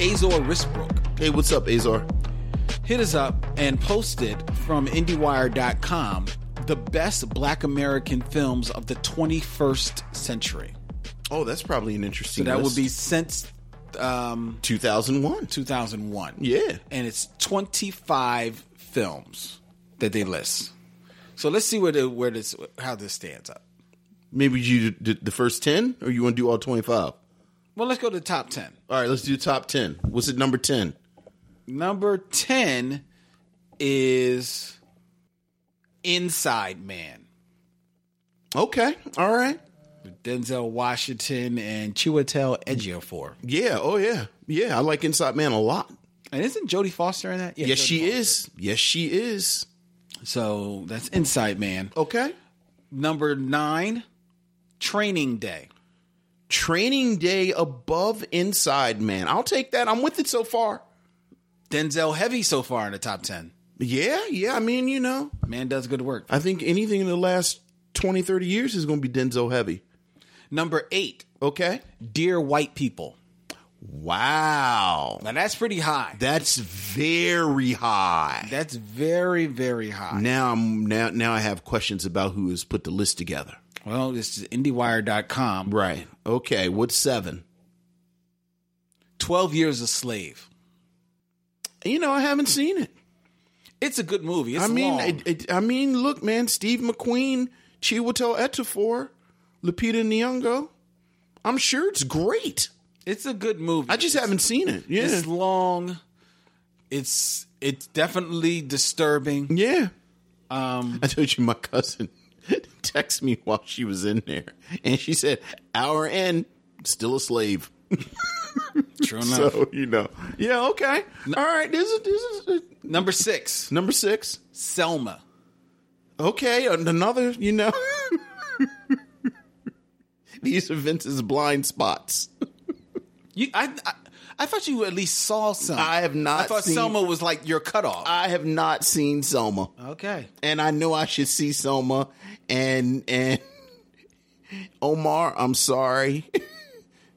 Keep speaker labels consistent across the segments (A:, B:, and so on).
A: Azor Risbrook
B: Hey, what's up, Azor?
A: hit us up and posted from IndieWire.com the best black American films of the 21st century.
B: Oh, that's probably an interesting.
A: So that would
B: list.
A: be since um,
B: 2001.
A: 2001.
B: Yeah.
A: And it's 25 films that they list. So let's see where, the, where this how this stands up.
B: Maybe you did the first 10, or you want to do all 25? All
A: Well, let's go to the top 10.
B: right, let's do top 10. What's it number 10?
A: Number 10 is Inside Man.
B: Okay, all right.
A: Denzel Washington and Chiwetel Ejiofor.
B: Yeah, oh yeah, yeah. I like Inside Man a lot.
A: And isn't Jodie Foster in that? Yeah,
B: Yes,
A: Jodie
B: she
A: Foster.
B: is. Yes, she is.
A: So that's Inside Man.
B: Okay.
A: Number 9, Training Day.
B: Training Day above Inside Man. I'll take that. I'm with it so far.
A: Denzel heavy so far in the top 10.
B: Yeah, yeah. I mean, you know,
A: Man does good work.
B: I think anything in the last 20, 30 years is going to be Denzel heavy.
A: Number 8,
B: Okay.
A: Dear White People.
B: Wow.
A: Now that's pretty high.
B: That's very high.
A: That's very very high.
B: Now I'm now now I have questions about who has put the list together.
A: Well, this is indiewire.com.
B: Right. Okay. What's seven?
A: 12 Years a Slave.
B: You know, I haven't seen it.
A: It's a good movie. It's
B: I mean,
A: long.
B: it, it, I mean, look, man, Steve McQueen, Chiwetel Ejiofor, Lupita Nyong'o. I'm sure it's great.
A: it's a good movie.
B: I just haven't seen it. Yeah.
A: It's long. It's it's definitely disturbing.
B: yeah.
A: Um,
B: I told you my cousin texted me while she was in there, and she said, "Our end, still a slave."
A: true enough.
B: So you know, yeah, okay, all right. This is this is uh,
A: Number six,
B: number six.
A: Selma.
B: Okay, and another. You know, these are Vince's blind spots.
A: You, I, I, I thought you at least saw Selma.
B: I have not
A: I thought
B: seen-
A: Selma was like your cutoff.
B: I have not seen Selma,
A: okay.
B: and I know I should see Selma, and and Omar. I'm sorry.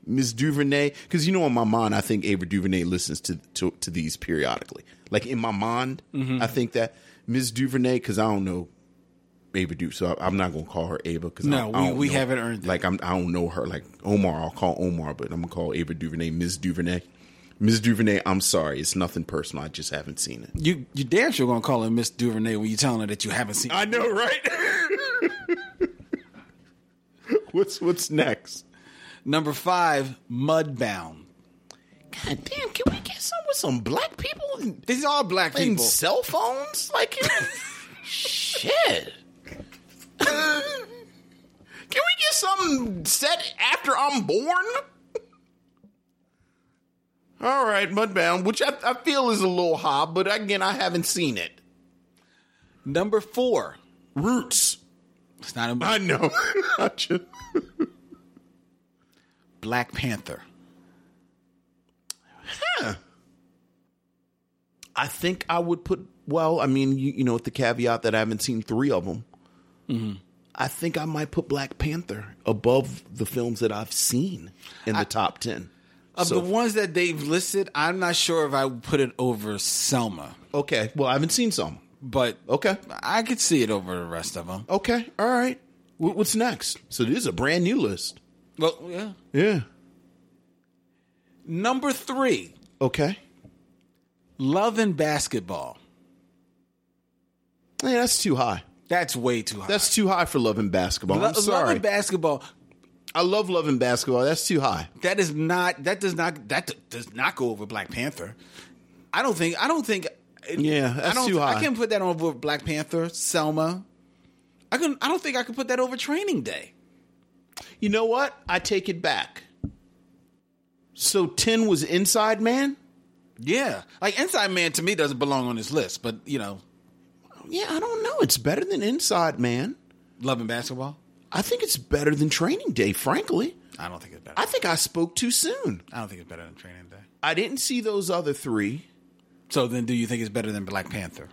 B: Miss Duvernay, because you know, in my mind, I think Ava Duvernay listens to to, to these periodically. Like in my mind,
A: Mm-hmm.
B: I think that Miss Duvernay, because I don't know Ava Du, so I, am not gonna call her Ava. Because
A: No,
B: I,
A: we-
B: don't
A: we
B: know-
A: haven't earned that.
B: Like I'm, I don't know her. Like Omar, I'll call Omar, but I'm gonna call Ava Duvernay Miss Duvernay. Miss Duvernay, I'm sorry, it's nothing personal. I just haven't seen it.
A: You you damn sure gonna call her Miss Duvernay when you telling her that you haven't seen.
B: I know, right? what's what's next?
A: Number five, Mudbound.
B: God damn, can we get some with some black people and,
A: These are all black
B: and
A: people.
B: cell phones? Like you know, shit. can we get something set after I'm born? All right, Mudbound, which I, I feel is a little high, but again, I haven't seen it.
A: Number four,
B: Roots.
A: it's not a
B: I know. I just-
A: Black Panther.
B: I think I would put. Well, I mean, you, you know, with the caveat that I haven't seen three of them,
A: Mm-hmm.
B: I think I might put Black Panther above the films that I've seen in the top ten.
A: Of
B: So-
A: the ones that they've listed, I'm not sure if I would put it over Selma,
B: Okay, well, I haven't seen some.
A: but
B: Okay,
A: I could see it over the rest of them.
B: okay, all right. Wh- What's next? So this is a brand new list.
A: Well, yeah.
B: Yeah.
A: Number three,
B: Okay.
A: Love and Basketball.
B: Man, that's too high.
A: That's way too high.
B: That's too high for Love and Basketball.
A: Lo-
B: I'm sorry.
A: Love and Basketball.
B: I love Love and Basketball. That's too high.
A: That is not. That does not. That d- does not go over Black Panther. I don't think. I don't think
B: Yeah, that's
A: I don't,
B: too high.
A: I can't put that over Black Panther, Selma. I can. I don't think I could put that over Training Day.
B: You know what? I take it back. So 10 was Inside Man?
A: Yeah, like Inside Man to me doesn't belong on this list, but you know,
B: Yeah, I don't know. It's better than Inside Man.
A: loving basketball.
B: I think it's better than Training Day, frankly.
A: I don't think it's better.
B: I think I spoke too soon.
A: I don't think it's better than Training Day.
B: I didn't see those other three.
A: So then, do you think it's better than Black Panther?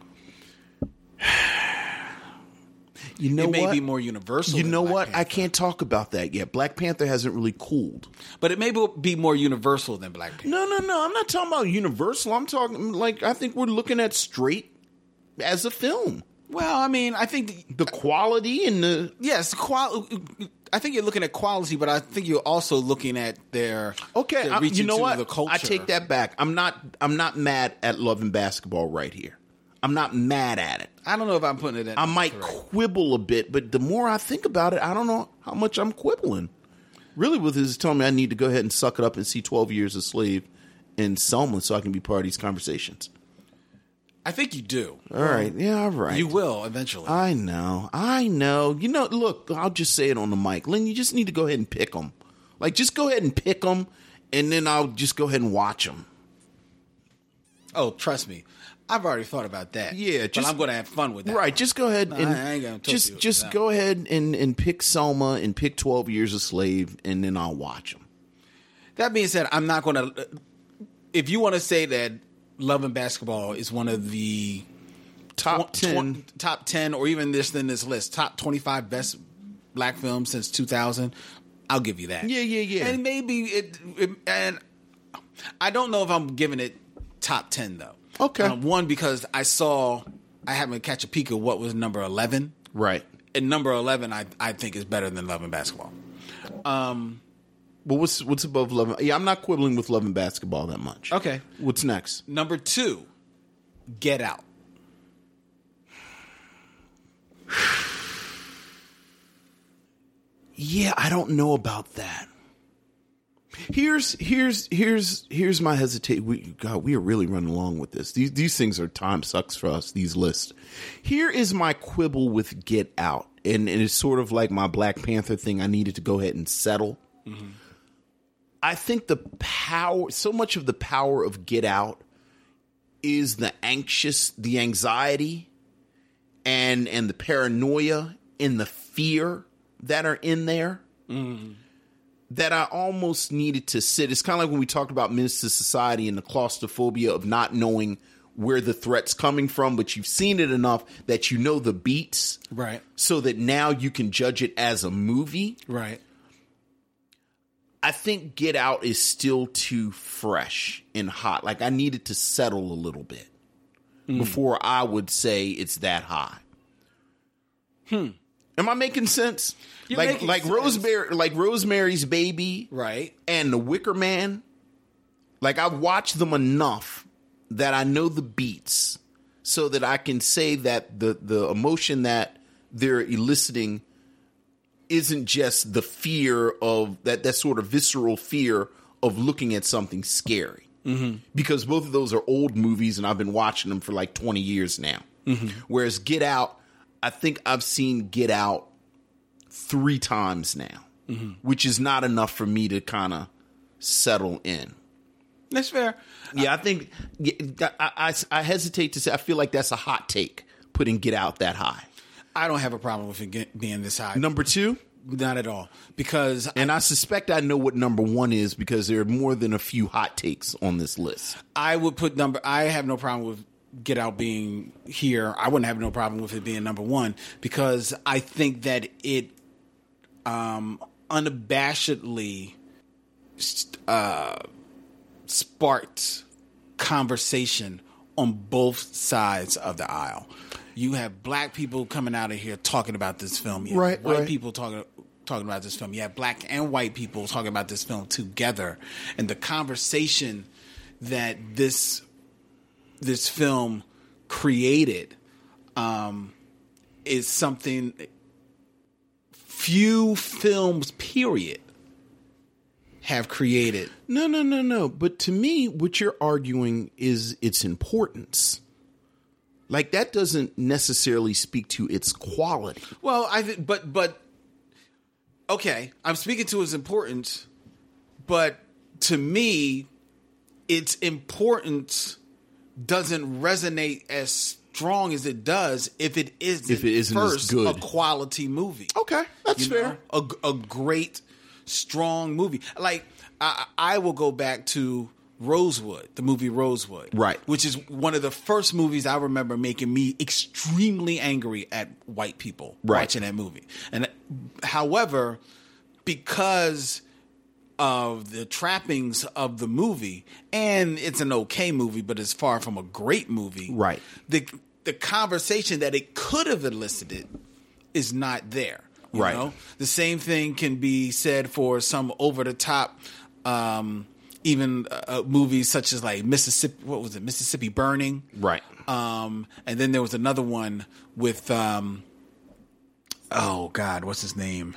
B: You know
A: it may
B: what?
A: be more universal.
B: you
A: than
B: know
A: Black
B: what? I
A: Panther.
B: can't talk about that yet. Black Panther hasn't really cooled.
A: But it may bo- be more universal than Black Panther.
B: No, no, no. I'm not talking about Universal. I'm talking like I think we're looking at straight as a film.
A: Well, I mean, I think
B: The quality and the
A: yes, qual- I think you're looking at quality, but I think you're also looking at their
B: Okay,
A: their
B: I,
A: reach
B: you know
A: into
B: what?
A: The culture.
B: I take that back. I'm not. I'm not mad at love and basketball right here. I'm not mad at it.
A: I don't know if I'm putting it. At
B: I might quibble a bit, but the more I think about it, I don't know how much I'm quibbling. Really, with his telling me I need to go ahead and suck it up and see Twelve Years a Slave and Selma so I can be part of these conversations.
A: I think you do.
B: All right. Yeah. All right.
A: You will eventually.
B: I know. I know. You know, look, I'll just say it on the mic. Lynn, you just need to go ahead and pick them. Like, just go ahead and pick them, and then I'll just go ahead and watch them.
A: oh, trust me. I've already thought about that.
B: Yeah,
A: but
B: just-
A: I'm going to have fun with that.
B: Right. Just go ahead and
A: I ain't gonna talk to you
B: just
A: about
B: just
A: that.
B: go ahead and and pick Selma and pick Twelve Years a Slave, and then I'll watch them.
A: That being said, I'm not going to. If you want to say that Love and Basketball is one of the
B: Top
A: tw-
B: ten.
A: tw- top ten, or even this than this list, top twenty-five best black films since 2000, I'll give you that.
B: Yeah, yeah, yeah.
A: And maybe it, it- and I don't know if I'm giving it top ten though.
B: Okay.
A: Um, one because I saw I happened to catch a peek of what was number eleven.
B: right.
A: And number eleven, I I think is better than Love and Basketball.
B: But what's what's above love? and- Yeah, I'm not quibbling with love and basketball that much.
A: Okay.
B: What's next?
A: Number two, Get Out.
B: Yeah, I don't know about that. Here's here's here's here's my hesitation. We, God, we are really running along with this. These these things are time sucks for us. These lists. Here is my quibble with Get Out, and, and it's sort of like my Black Panther thing. I needed to go ahead and settle. I think the power, so much of the power of Get Out, is the anxious, the anxiety, and and the paranoia and the fear that are in there that I almost needed to sit. It's kind of like when we talked about menace to society and the claustrophobia of not knowing where the threat's coming from, but you've seen it enough that you know the beats,
A: Right.
B: so that now you can judge it as a movie.
A: Right.
B: I think Get Out is still too fresh and hot. Like I needed to settle a little bit
A: Hmm.
B: before I would say it's that high. Hmm. Am I making sense?
A: You're
B: like
A: making
B: like
A: sense.
B: Rosemary like Rosemary's Baby
A: Right.
B: and The Wicker Man. Like I've watched them enough that I know the beats so that I can say that the the emotion that they're eliciting isn't just the fear of that that sort of visceral fear of looking at something scary mm-hmm. because both of those are old movies and I've been watching them for like 20 years now whereas Get Out I think I've seen Get Out three times now which is not enough for me to kind of settle in
A: That's fair.
B: yeah, I think yeah, I, I, I hesitate to say. I feel like that's a hot take putting Get Out that high.
A: I don't have a problem with it get- being this high.
B: Number two,
A: Not at all. Because
B: and I suspect I know what number one is because there are more than a few hot takes on this list.
A: I would put number. I have no problem with Get Out being here. I wouldn't have no problem with it being number one because I think that it um, unabashedly st- uh, sparked conversation on both sides of the aisle. You have black people coming out of here talking about this film. You have
B: Right,
A: white
B: right.
A: people talking talking about this film. You have black and white people talking about this film together, and the conversation that this this film created um, is something few films period have created.
B: No, no, no, no. But to me, what you're arguing is its importance. Like that doesn't necessarily speak to its quality.
A: Well, I th- but but okay, I'm speaking to his importance, but to me, its importance doesn't resonate as strong as it does if it isn't,
B: If it isn't as
A: first
B: good.
A: a quality movie.
B: Okay, that's
A: You know, A, a great, strong movie. Like I, I will go back to Rosewood, the movie Rosewood,
B: Right.
A: Which is one of the first movies I remember making me extremely angry at white people
B: Right.
A: watching that movie. And however, because of the trappings of the movie, and it's an okay movie, but it's far from a great movie.
B: Right.
A: The the conversation that it could have elicited is not there. you
B: Right.
A: know? The same thing can be said for some over the top, um, even uh, uh, movies such as like Mississippi. What was it? Mississippi Burning.
B: Right.
A: Um, and then there was another one with, um, oh God, what's his name?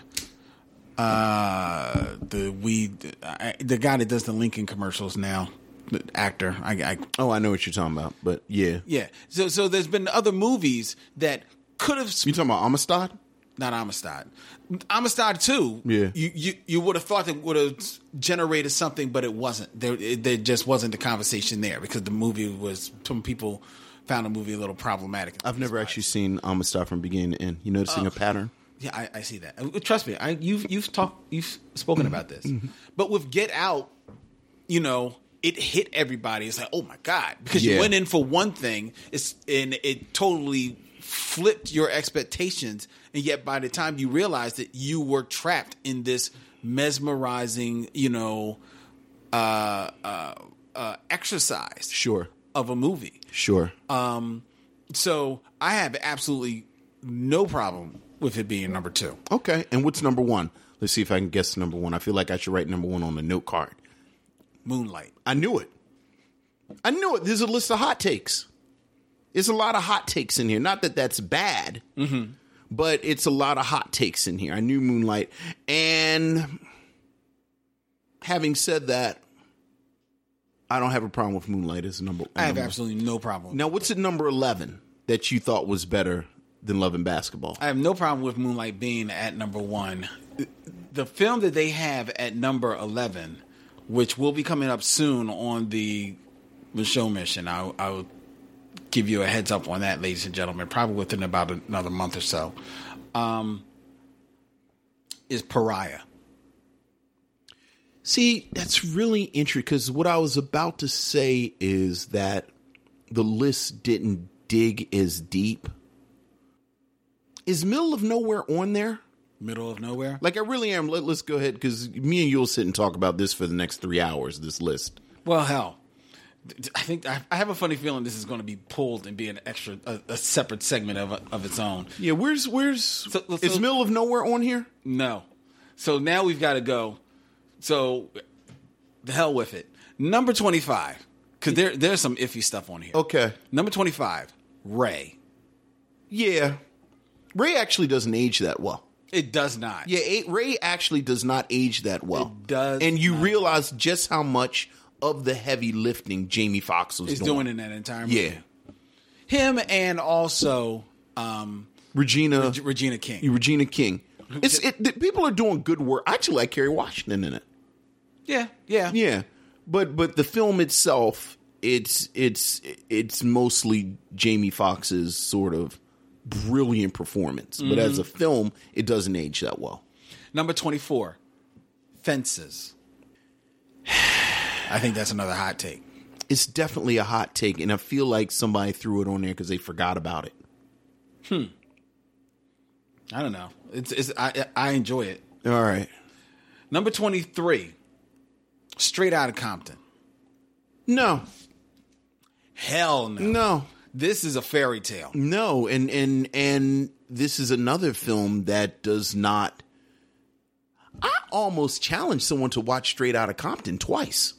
A: Uh, the weed, I, the guy that does the Lincoln commercials now, the actor. I, I
B: Oh, I know what you're talking about, but yeah.
A: yeah. So so there's been other movies that could have
B: You talking about Amistad?
A: not Amistad, Amistad too.
B: Yeah.
A: you you, you would have thought that would have generated something, but it wasn't. There it, there just wasn't the conversation there because the movie was some people found the movie a little problematic.
B: I've never actually seen Amistad from beginning to end. You noticing a pattern?
A: Yeah, I, I see that. Uh, Trust me, I, you've you've talked you've spoken about this, but with Get Out, you know, it hit everybody. It's like, oh my god, because
B: Yeah.
A: you went in for one thing, it's and it totally flipped your expectations, and yet by the time you realized that you were trapped in this mesmerizing, you know, uh, uh, uh, exercise
B: Sure,
A: of a movie.
B: sure.
A: So I have absolutely no problem with it being number two.
B: okay, and what's number one? Let's see if I can guess number one. I feel like I should write number one on the note card.
A: Moonlight.
B: I knew it. I knew it. There's a list of hot takes. There's a lot of hot takes in here. Not that that's bad,
A: Mm-hmm.
B: but it's a lot of hot takes in here. I knew Moonlight. And having said that, I don't have a problem with Moonlight as a number.
A: I have
B: number-
A: absolutely no problem.
B: Now, what's at number 11 that you thought was better than Love and Basketball?
A: I have no problem with Moonlight being at number one. The film that they have at number 11, which will be coming up soon on the, the show mission, I, I will give you a heads up on that, ladies and gentlemen, probably within about another month or so, um, is Pariah.
B: See, that's really interesting because what I was about to say is that the list didn't dig as deep. Is Middle of Nowhere on there?
A: Middle of nowhere?
B: Like, I really am. Let, let's go ahead because me and you'll sit and talk about this for the next three hours, this list.
A: Well, hell. Th- I think I I have a funny feeling this is going to be pulled and be an extra, a, a separate segment of of its own.
B: Yeah, where's, where's,
A: so-
B: is Middle of Nowhere on here?
A: No. So now we've got to go. So the hell with it. Number 25. Because there, there's some iffy stuff on here.
B: Okay.
A: Number 25, Ray.
B: Yeah. Ray actually doesn't age that well.
A: It does not.
B: Yeah, A- Ray actually does not age that well.
A: It does
B: and you realize just how much of the heavy lifting Jamie Foxx was
A: He's
B: doing.
A: doing in that entire movie.
B: Yeah,
A: Him and also um,
B: Regina,
A: J- Regina King.
B: Regina King. It's it, the, people are doing good work. I actually like Kerry Washington in it.
A: Yeah, yeah.
B: Yeah, but but the film itself, it's it's it's mostly Jamie Foxx's sort of brilliant performance. But
A: Mm-hmm.
B: as a film, it doesn't age that well.
A: Number 24, Fences. I think that's another hot take.
B: It's definitely a hot take, and I feel like somebody threw it on there because they forgot about it.
A: I don't know. It's, it's I, I enjoy it.
B: All right.
A: Number 23, Straight Out of Compton.
B: No,
A: Hell no.
B: no,
A: This is a fairy tale.
B: no, and and and this is another film that does not. I almost challenged someone to watch Straight Outta Compton twice.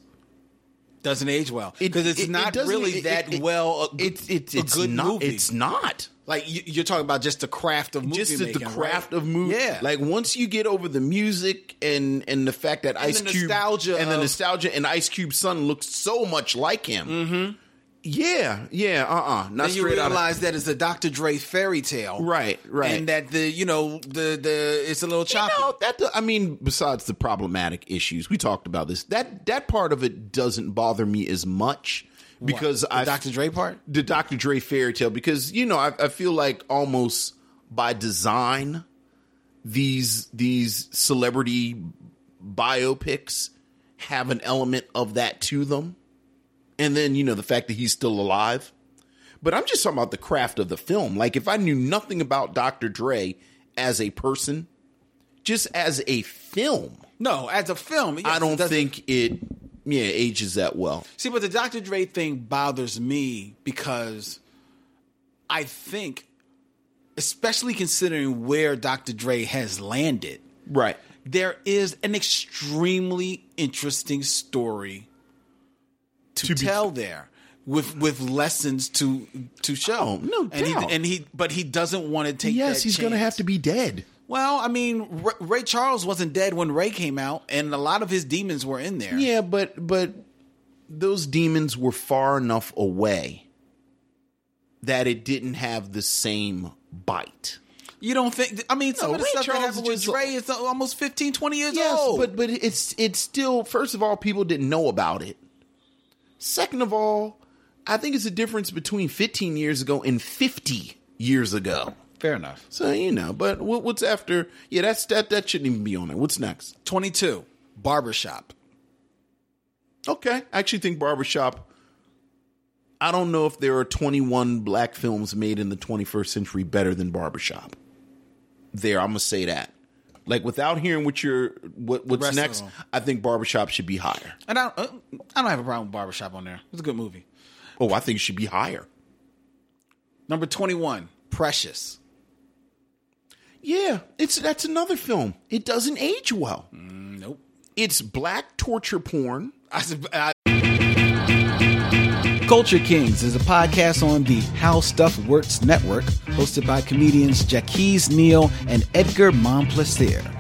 A: Doesn't age well
B: It-
A: because it's
B: it- it
A: not
B: doesn't-
A: really
B: it-
A: that
B: it-
A: well. A,
B: It's it's
A: a
B: it's
A: good
B: not.
A: movie.
B: It's not.
A: like you, you're talking about just the craft of movie
B: Just the, the
A: making,
B: craft
A: right?
B: of movie.
A: Yeah,
B: Like once you get over the music and and the fact that Ice
A: the
B: Cube
A: nostalgia
B: and the
A: of-
B: nostalgia and Ice Cube's son looks so much like him. Yeah, yeah, uh, uh not
A: And Mm-hmm. you
B: straight out. of-
A: realize that it's a Dr. Dre fairy tale,
B: Right, right.
A: and that the you know the the it's a little choppy.
B: No, that I mean, besides the problematic issues we talked about this, that that part of it doesn't bother me as much because
A: The
B: I
A: Dr. Dre part?
B: the Dr. Dre fairy tale, because you know I, I feel like almost by design these these celebrity biopics have an element of that to them, and then you know the fact that he's still alive. But I'm just talking about the craft of the film. Like if I knew nothing about Dr. Dre as a person just as a film,
A: No, as a film, yes,
B: I
A: it
B: don't
A: doesn't-
B: think it yeah ages that well.
A: See, but the Dr. Dre thing bothers me because I think, especially considering where Dr. Dre has landed,
B: Right.
A: there is an extremely interesting story to,
B: To be-
A: tell there with with lessons to to show.
B: Oh, no
A: and
B: doubt.
A: He, and he, but he doesn't want to take.
B: Yes,
A: that
B: he's going to
A: chance.
B: have to be dead.
A: Well, I mean, Ray, Ray Charles wasn't dead when Ray came out, and a lot of his demons were in there.
B: Yeah, but but those demons were far enough away that it didn't have the same bite.
A: You don't think? I mean, some
B: No,
A: of the
B: Ray
A: stuff
B: Charles
A: that happened with
B: was-
A: Dre is almost 15, 20 years
B: Yes,
A: old.
B: but but it's it's still first of all people didn't know about it. Second of all, I think it's a difference between 15 years ago and 50 years ago.
A: fair enough.
B: So you know, but what, what's after? Yeah, that's that. That shouldn't even be on there. What's next?
A: Twenty-two, barbershop.
B: Okay, I actually think Barbershop. I don't know if there are 21 black films made in the 21st century better than Barbershop. There, I'm gonna say that. Like without hearing what you're what what's
A: Rest of
B: next,
A: them.
B: I think Barbershop should be higher.
A: And I, uh, I don't have a problem with barbershop on there. It's a good movie.
B: Oh, I think it should be higher.
A: Number twenty-one, Precious.
B: Yeah, it's that's another film. It doesn't age well.
A: Mm, Nope.
B: It's black torture porn.
A: I s- I- Culture Kings is a podcast on the How Stuff Works Network, hosted by comedians Jackie's Neal and Edgar Monplaisir.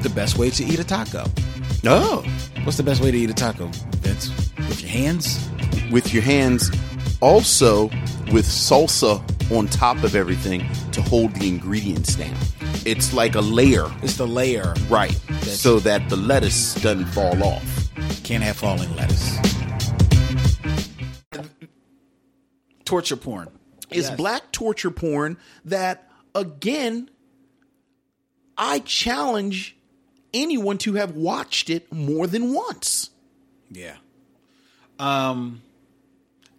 A: the best way to eat a taco. Oh.
B: No,
A: What's the best way to eat a taco, Vince? With your hands?
B: with your hands, also with salsa on top of everything to hold the ingredients down. It's like a layer
A: It's the layer.
B: Right.
A: That's-
B: so that the lettuce doesn't fall off.
A: Can't have falling lettuce. Torture porn.
B: It's
A: Yes.
B: black torture porn that, again, I challenge anyone to have watched it more than once.
A: Yeah. Um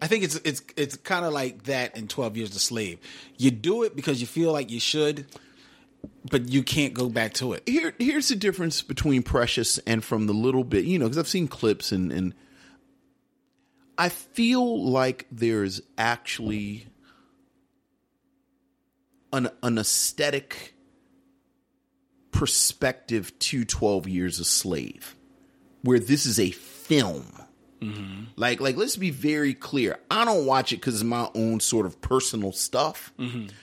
A: I think it's it's it's kind of like that in 12 years a slave. You do it because you feel like you should but you can't go back to it.
B: Here, here's the difference between Precious and from the little bit, you know, because I've seen clips and, and I feel like there's actually an, an aesthetic perspective to 12 Years a Slave, where this is a film. Like, like, let's be very clear. I don't watch it because it's my own sort of personal stuff,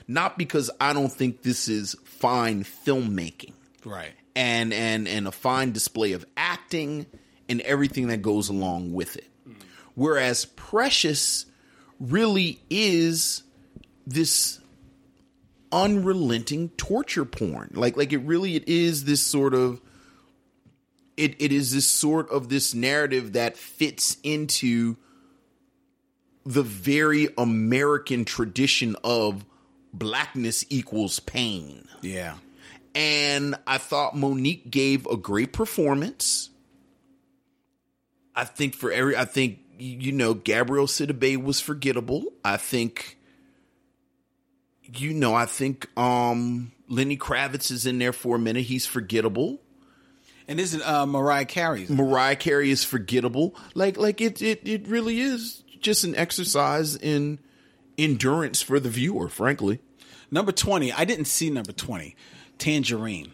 B: not because I don't think this is fine filmmaking
A: Right.
B: and and and a fine display of acting and everything that goes along with it. Whereas Precious really is this unrelenting torture porn. Like like it really it is this sort of it it is this sort of this narrative that fits into the very American tradition of blackness equals pain
A: Yeah.
B: and I thought Monique gave a great performance. I think for every, I think you know Gabrielle Sidibe was forgettable. I think, you know, I think um Lenny Kravitz is in there for a minute. He's forgettable.
A: And isn't uh Mariah Carey's
B: Mariah Carey is forgettable. Like like it it it really is just an exercise in endurance for the viewer, frankly.
A: Number 20. I didn't see number 20. Tangerine.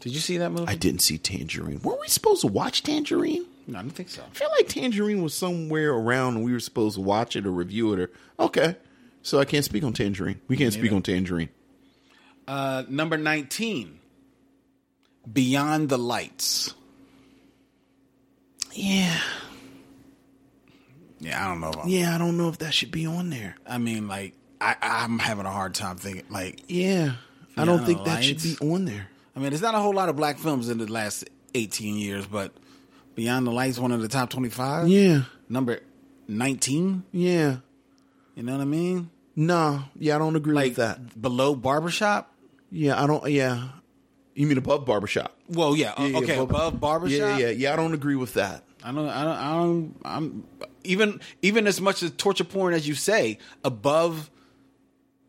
A: Did you see that movie?
B: I didn't see Tangerine. Weren't we supposed to watch Tangerine?
A: no, I don't think so.
B: I feel like Tangerine was somewhere around and we were supposed to watch it or review it or okay. So I can't speak on Tangerine. We can't speak on Tangerine.
A: Uh, number 19. Beyond the Lights.
B: Yeah.
A: Yeah, I don't know. About
B: Yeah, I don't know if that should be on there.
A: I mean, like, I, I'm having a hard time thinking. Like,
B: Yeah. I
A: Yeah,
B: don't think that should be
A: lights.
B: on there.
A: I mean, there's not a whole lot of black films in the last 18 years, but Beyond the Lights, one of the top 25.
B: Yeah.
A: Number 19.
B: Yeah.
A: You know what I mean?
B: Nah. Yeah, I don't agree
A: Like
B: with that.
A: below Barbershop.
B: Yeah, I don't yeah. You mean above barbershop?
A: Well, yeah.
B: Yeah,
A: okay, above Barbershop.
B: Yeah, yeah, yeah. I don't agree with that.
A: I don't. I don't. I don't. I'm even even as much as torture porn as you say above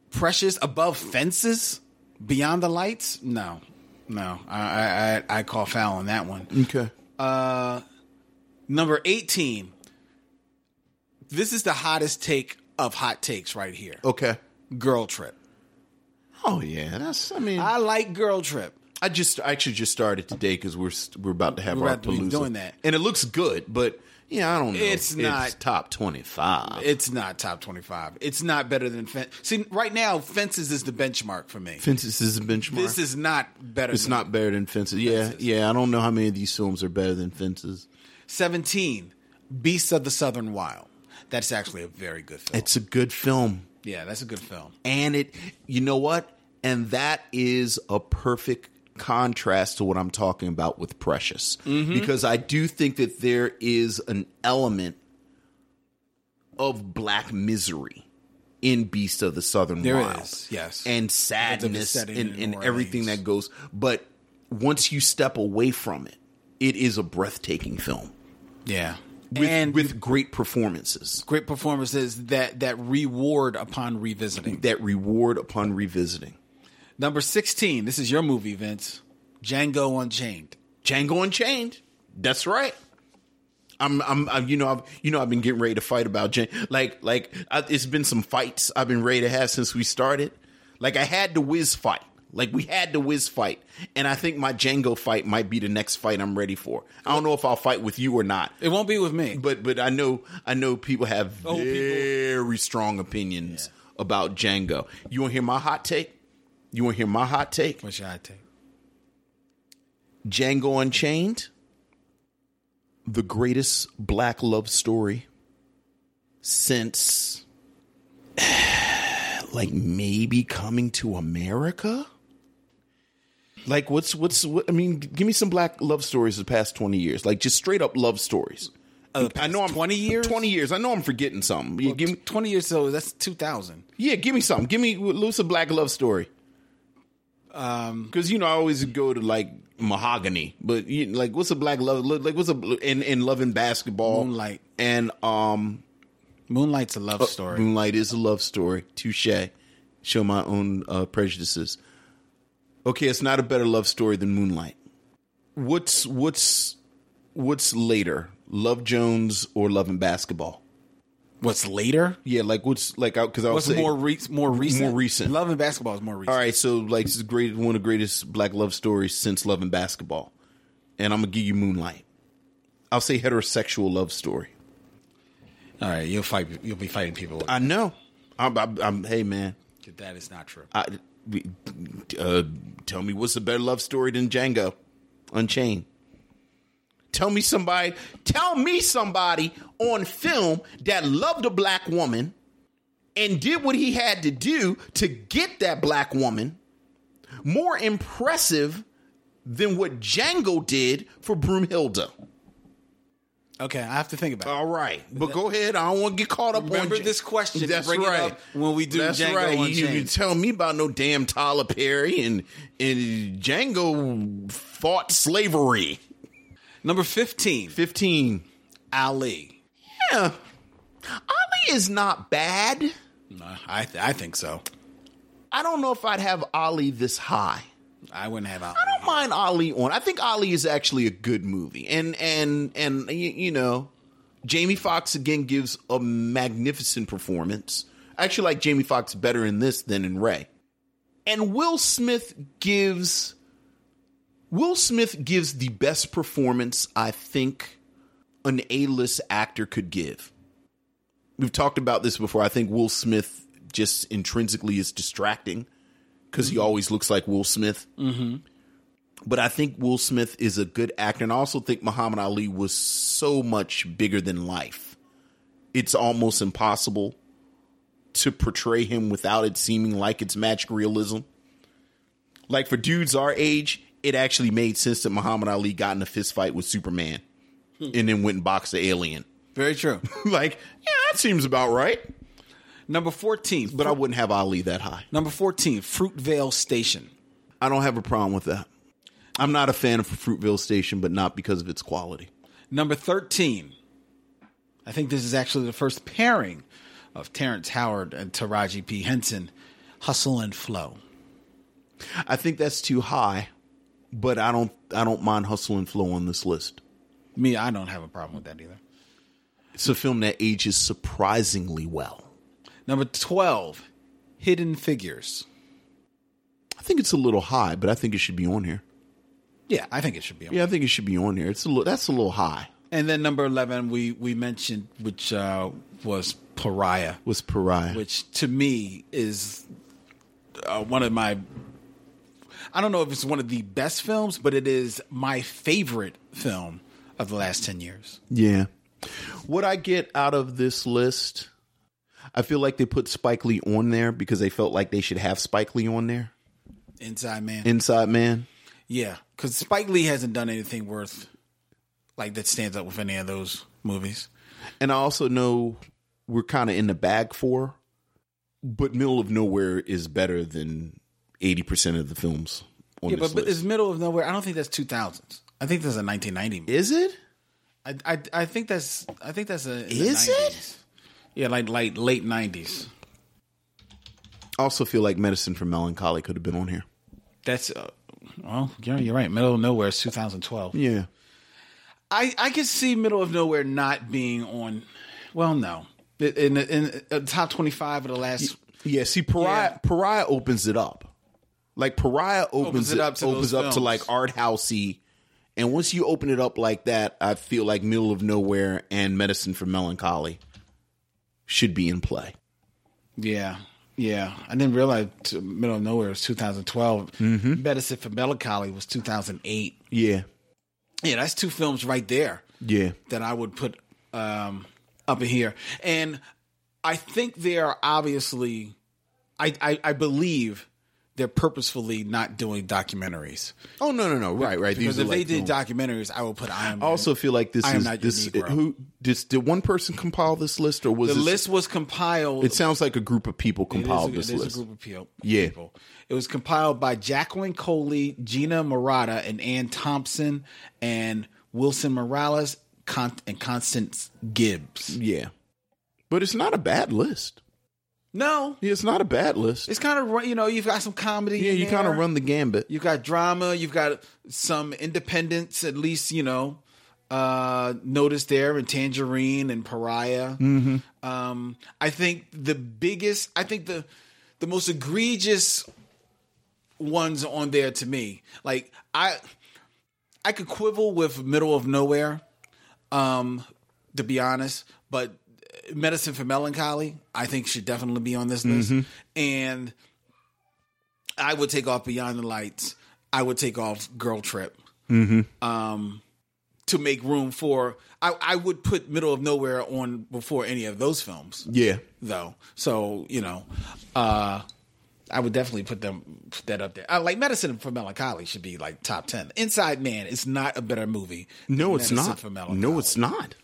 A: precious above fences beyond the lights. No, no. I I I, I call foul on that one.
B: Okay.
A: Number 18. This is the hottest take of hot takes right here.
B: Okay.
A: Girl Trip.
B: Oh yeah, that's. I mean, I,
A: I like Girl Trip.
B: just I actually just started today because we're st- we're about to have
A: We're
B: our
A: about to be
B: palooza.
A: doing that.
B: and it looks good, but yeah, I don't know.
A: It's not-
B: top twenty five.
A: It's not top 25. It's not better than Fences. See, right now, Fences is the benchmark for me.
B: Fences is a benchmark.
A: This is not better
B: it's
A: than
B: not better than Fences. Yeah,
A: Fences.
B: yeah. I don't know how many of these films are better than Fences.
A: 17. Beasts of the Southern Wild. That's actually a very good film.
B: It's a good film,
A: yeah, that's a good film.
B: and it. You know what? And that is a perfect contrast to what I'm talking about with Precious,
A: Mm-hmm.
B: because I do think that there is an element of black misery in Beast of the Southern
A: There
B: Wild.
A: is, yes.
B: And
A: Because
B: sadness
A: of the setting
B: and,
A: in
B: and
A: New
B: everything
A: Orleans.
B: that goes. But once you step away from it, it is a breathtaking film
A: Yeah.
B: with,
A: and
B: with great performances
A: great performances that, that reward upon revisiting.
B: that reward upon revisiting.
A: Number 16. This is your movie, Vince. Django Unchained.
B: Django Unchained. That's right. I'm, I'm, I'm, you know, I've, you know, I've been getting ready to fight about Jan- like, like I, it's been some fights I've been ready to have since we started. Like I had the Wiz fight, like we had the Wiz fight, and I think my Django fight might be the next fight I'm ready for. I don't know if I'll fight with you or not,
A: It won't be with me.
B: but, but I know, I know people have
A: Oh, people-
B: very strong opinions about Django. You want to hear my hot take? You want to hear my hot take?
A: What should I take?
B: Django Unchained, the greatest black love story since like maybe coming to America. Like what's what's what I mean, give me some black love stories of the past 20 years. Like just straight up love stories. I know I'm
A: 20 years?
B: 20 years. I know I'm forgetting something. Yeah, give me
A: 20 years old. That's 2000.
B: yeah, give me something. Give me Lucy Black Love Story. Um, because you know I always go to like mahogany, but you, like what's a black love? Like what's a in in loving basketball?
A: Moonlight.
B: and um,
A: Moonlight's a love story.
B: Moonlight is a love story. Touche. Show my own uh, prejudices. Okay, it's not a better love story than Moonlight. What's what's what's later, Love Jones or Love and Basketball?
A: What's later?
B: Yeah, like what's like because I was
A: What's
B: saying-
A: more re- more recent?
B: More recent.
A: Love and basketball is more recent.
B: All right, so like this is great one of the greatest black love stories since Love and Basketball, and I'm gonna give you Moonlight. I'll say heterosexual love story.
A: All right, you'll fight. You'll be fighting people.
B: I know. I'm. I'm, I'm hey man,
A: that is not true.
B: I, we- uh, tell me what's a better love story than Django Unchained? Tell me somebody. Tell me somebody on film that loved a black woman and did what he had to do to get that black woman more impressive than what Django did for Broomhilda.
A: okay, I have to think about. it.
B: All right, but go ahead. I don't want to get caught up.
A: Remember
B: on Jan-
A: this question and bring it up when we do
B: That's
A: Django
B: right. You,
A: Unchained.
B: you tell me about no damn Tyler Perry and and Django fought slavery.
A: Number fifteen,
B: Fifteen.
A: Ali.
B: Yeah, Ali is not bad.
A: No, I th- I think so.
B: I don't know if I'd have Ali this high.
A: I wouldn't have Ali.
B: I don't mind Ali on. I think Ali is actually a good movie, and and and you, you know, Jamie Foxx again gives a magnificent performance. I actually like Jamie Foxx better in this than in Ray. And Will Smith gives Will Smith gives the best performance I think an A-list actor could give. We've talked about this before. I think Will Smith just intrinsically is distracting because he always looks like Will Smith. Mm-hmm. But I think Will Smith is a good actor, and I also think Muhammad Ali was so much bigger than life. It's almost impossible to portray him without it seeming like it's magic realism. Like for dudes our age, it actually made sense that Muhammad Ali got in a fist fight with Superman and then went and boxed the alien.
A: Very true.
B: like, yeah, that seems about right.
A: Number 14.
B: But I wouldn't have Ali that high.
A: Number 14, Fruitvale Station.
B: I don't have a problem with that. I'm not a fan of Fruitville Station, but not because of its quality.
A: Number 13. I think this is actually the first pairing of Terrence Howard and Taraji P. Henson, Hustle and Flow.
B: I think that's too high, but I don't I don't mind Hustle and Flow on this list.
A: Me, I don't have a problem with that either.
B: It's a film that ages surprisingly well.
A: Number 12, Hidden Figures.
B: I think it's a little high, but I think it should be on here.
A: Yeah, I think it should be on.
B: Yeah, I think it should be on here. It's a little, that's a little high.
A: And then number 11, we, we mentioned, which uh, was Pariah,
B: Was Pariah.
A: which to me is uh, one of my. I don't know if it's one of the best films, but it is my favorite film of the last 10 years.
B: Yeah. What I get out of this list, I feel like they put Spike Lee on there because they felt like they should have Spike Lee on there.
A: Inside Man.
B: Inside Man.
A: Yeah, because Spike Lee hasn't done anything worth like that stands up with any of those movies.
B: And I also know we're kind of in the bag for, but Middle of Nowhere is better than 80% of the films on
A: Yeah,
B: this
A: but, but
B: list.
A: it's middle of nowhere. I don't think that's two thousands. I think that's a nineteen ninety. movie.
B: Is it?
A: I, I I think that's I think that's a in the
B: Is it?
A: 90s. Yeah, like like late nineties.
B: I also feel like Medicine for Melancholy could have been on here.
A: That's uh, well, you're you're right. Middle of nowhere is two thousand twelve.
B: Yeah.
A: I I could see middle of nowhere not being on. Well, no, in in, in the top twenty five of the last.
B: Yeah, see, Pariah
A: Yeah.
B: Pariah opens it up. Like Pariah opens, it up to opens
A: those
B: up to
A: films.
B: like art housey, and once you open it up like that, I feel like Middle of Nowhere and Medicine for Melancholy should be in play.
A: Yeah, yeah. I didn't realize t- Middle of Nowhere was 2012.
B: Mm-hmm.
A: Medicine for Melancholy was 2008.
B: Yeah,
A: Yeah, that's two films right there
B: yeah,
A: that I would put um, up in here. And I think they are obviously, I, I, I believe they're purposefully not doing documentaries.
B: Oh no, no, no! Right, right.
A: Because
B: These are
A: if they
B: like
A: did
B: films.
A: documentaries, I would put Iron Man.
B: I also feel like this
A: I Am
B: is
A: Not Your
B: this
A: Negro.
B: who this did one person compile this list or was
A: the
B: this,
A: list was compiled.
B: It sounds like a group of people
A: It is
B: compiled
A: a-
B: this
A: it is
B: list.
A: a group of peo-
B: Yeah.
A: people. It was compiled by Jacqueline Coley, Gina Murata, and Ann Thompson, and Wilson Morales, Con- and Constance Gibbs.
B: Yeah, but it's not a bad list.
A: No,
B: Yeah, it's not a bad list.
A: it's kind of you know you've got some comedy.
B: yeah,
A: in
B: you kind
A: there.
B: of run the gambit.
A: You've got drama. You've got some independence, at least you know. Uh, notice there and Tangerine and Pariah. Um, I think the biggest, I think the the most egregious ones on there to me, like I, I could quibble with Middle of Nowhere, um, to be honest, but Medicine for Melancholy, I think should definitely be on this list,
B: Mm-hmm.
A: and. I would take off Beyond the Lights. I would take off Girl Trip.
B: Mm-hmm.
A: Um, to make room for, I, I would put Middle of Nowhere on before any of those films,
B: Yeah,
A: though. So you know, uh, I would definitely put them put that up there. I, like Medicine for Melancholy should be like top ten. Inside Man is not a better movie. than
B: No, it's
A: Medicine
B: not.
A: for Melancholy.
B: No, it's not.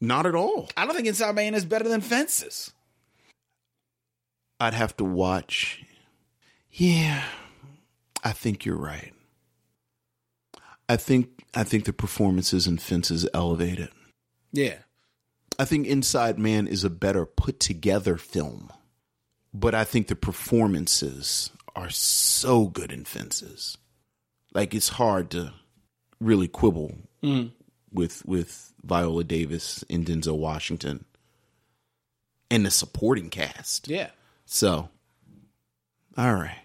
B: Not at all.
A: I don't think Inside Man is better than Fences.
B: I'd have to watch. Yeah, I think you're right. I think I think the performances and fences elevate it.
A: Yeah,
B: I think Inside Man is a better put together film, but I think the performances are so good in fences. Like it's hard to really quibble
A: Mm.
B: with with Viola Davis and Denzel Washington. and the supporting cast.
A: Yeah.
B: So, all right,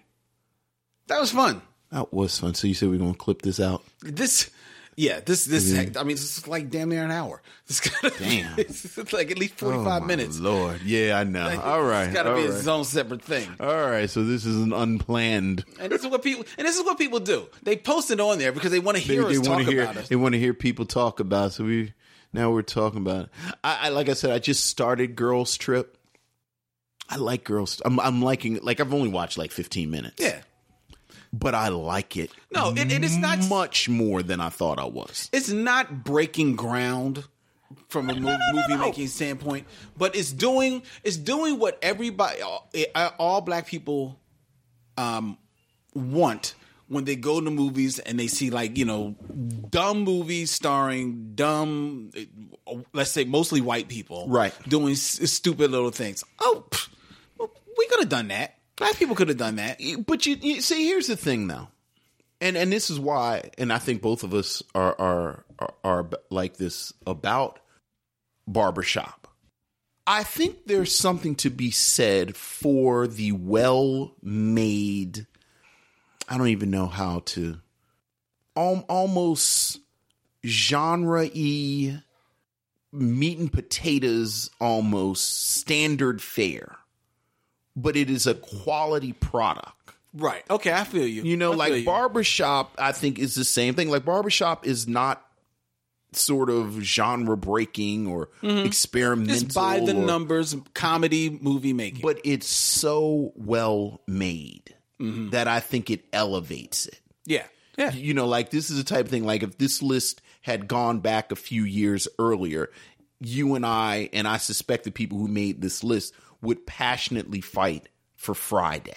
A: That was fun.
B: that was fun. So you said we're gonna clip this out.
A: This, yeah, this, this, I mean, this is like damn near an hour. This gotta
B: Damn. Oh,
A: Be, it's like at least 45
B: my
A: minutes.
B: Lord, yeah, I know. all right,
A: It's gotta
B: all
A: be
B: right.
A: its own separate thing.
B: all right. So this is an unplanned.
A: And this is what people, and this is what people do. They post it on there because they want to
B: They,
A: hear us
B: want
A: talk
B: to hear.
A: about us.
B: They want to hear people talk about. it. So we now we're talking about. It. I, I like I said. I just started Girls Trip. I like Girls. I'm, I'm liking. Like I've only watched like 15 minutes.
A: Yeah.
B: but I like it.
A: No, it, it is not.
B: much more than I thought I was.
A: it's not breaking ground from a mo- movie making standpoint, but it's doing it's doing what everybody all, eh, all black people um, want when they go to movies and they see like you know dumb movies starring dumb eh, let's say mostly white people
B: Right.
A: doing s- stupid little things oh pff, we could have done that black people could have done that
B: But you, you see, here's the thing, though, and and this is why, and I think both of us are are are, are like this about barbershop. I think there's something to be said for the well-made. I don't even know how to, al- almost genre-y meat and potatoes, almost standard fare, but it is a quality product.
A: right okay i feel you
B: You know,
A: I feel
B: like barbershop, I think is the same thing. Like barbershop is not sort of genre breaking or experimental.
A: it's Mm-hmm. by the
B: or-
A: numbers comedy movie making
B: but it's so well made
A: Mm-hmm.
B: that I think it elevates it.
A: Yeah. Yeah.
B: You know, like this is the type of thing. Like if this list had gone back a few years earlier, you and I, and I suspect the people who made this list would passionately fight for Friday.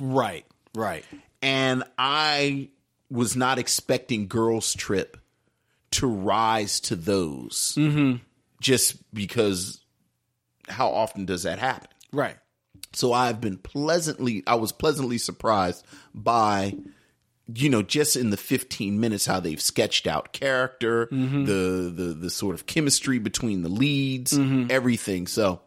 A: Right. Right.
B: and I was not expecting Girls Trip to rise to those just because how often does that happen?
A: Right.
B: So I've been pleasantly, I was pleasantly surprised by, you know, just in the 15 minutes how they've sketched out character, the, the the sort of chemistry between the leads, everything. So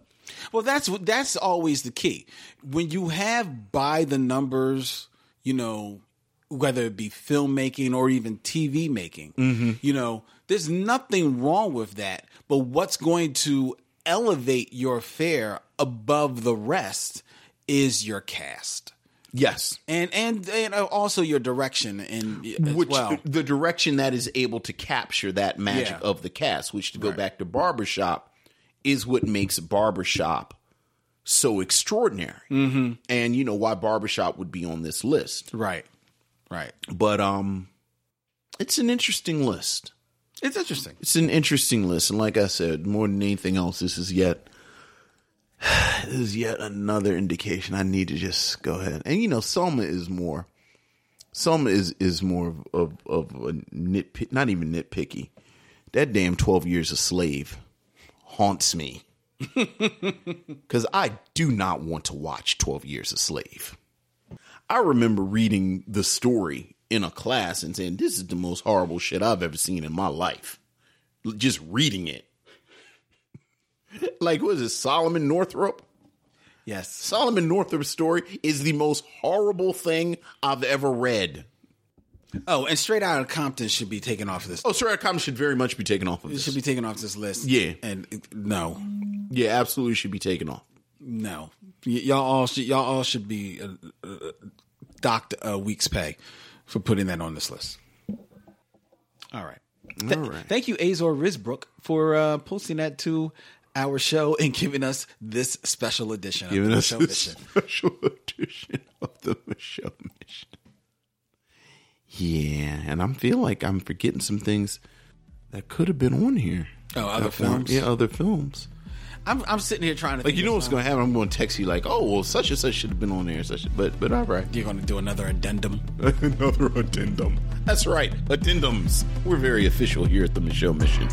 A: Well, that's that's always the key. When you have by the numbers, you know, whether it be filmmaking or even TV making, you know, there's nothing wrong with that. But what's going to elevate your fare above the rest is your cast.
B: yes,
A: And and and also your direction and as
B: which
A: well.
B: the direction that is able to capture that magic
A: Yeah.
B: of the cast which to go back to barbershop is what makes barbershop so extraordinary mm-hmm. and you know why barbershop would be on this list
A: Right. Right.
B: but um it's an interesting list
A: It's interesting.
B: it's an interesting list and like i said more than anything else this is yet this is yet another indication i need to just go ahead and you know selma is more selma is is more of of, of a nitpick not even nitpicky that damn 12 years a slave haunts me because i do not want to watch 12 years a slave i remember reading the story in a class and saying this is the most horrible shit i've ever seen in my life just reading it. Like, what is it, Solomon Northrop?
A: Yes.
B: Solomon Northrop's story is the most horrible thing I've ever read.
A: Oh, and straight out of Compton should be taken off this.
B: Oh, Sarah Common should very much be taken off of
A: It
B: this.
A: should be taken off this list.
B: Yeah.
A: and uh, no,
B: yeah, absolutely should be taken off.
A: no, Y- y'all all should y'all all should be uh, uh, docked a week's pay for putting that on this list. All right. Th-
B: All right.
A: Thank you, Azor Risbrook, for uh, posting that to our show and giving us this special edition. Of
B: Giving
A: the
B: us
A: show
B: this
A: edition.
B: special edition of the Michelle Mission. Yeah, and I feel like I'm forgetting some things that could have been on here.
A: Oh, other
B: That weren't-
A: films?
B: Yeah, other films.
A: I'm, I'm sitting here trying to
B: Like
A: think
B: you know
A: of
B: what's
A: some-
B: gonna happen? I'm gonna text you like, oh well, such and such should have been on there, such. But but all right,
A: You're going to do another addendum.
B: another addendum. That's right, addendums. We're very official here at the Michelle Mission.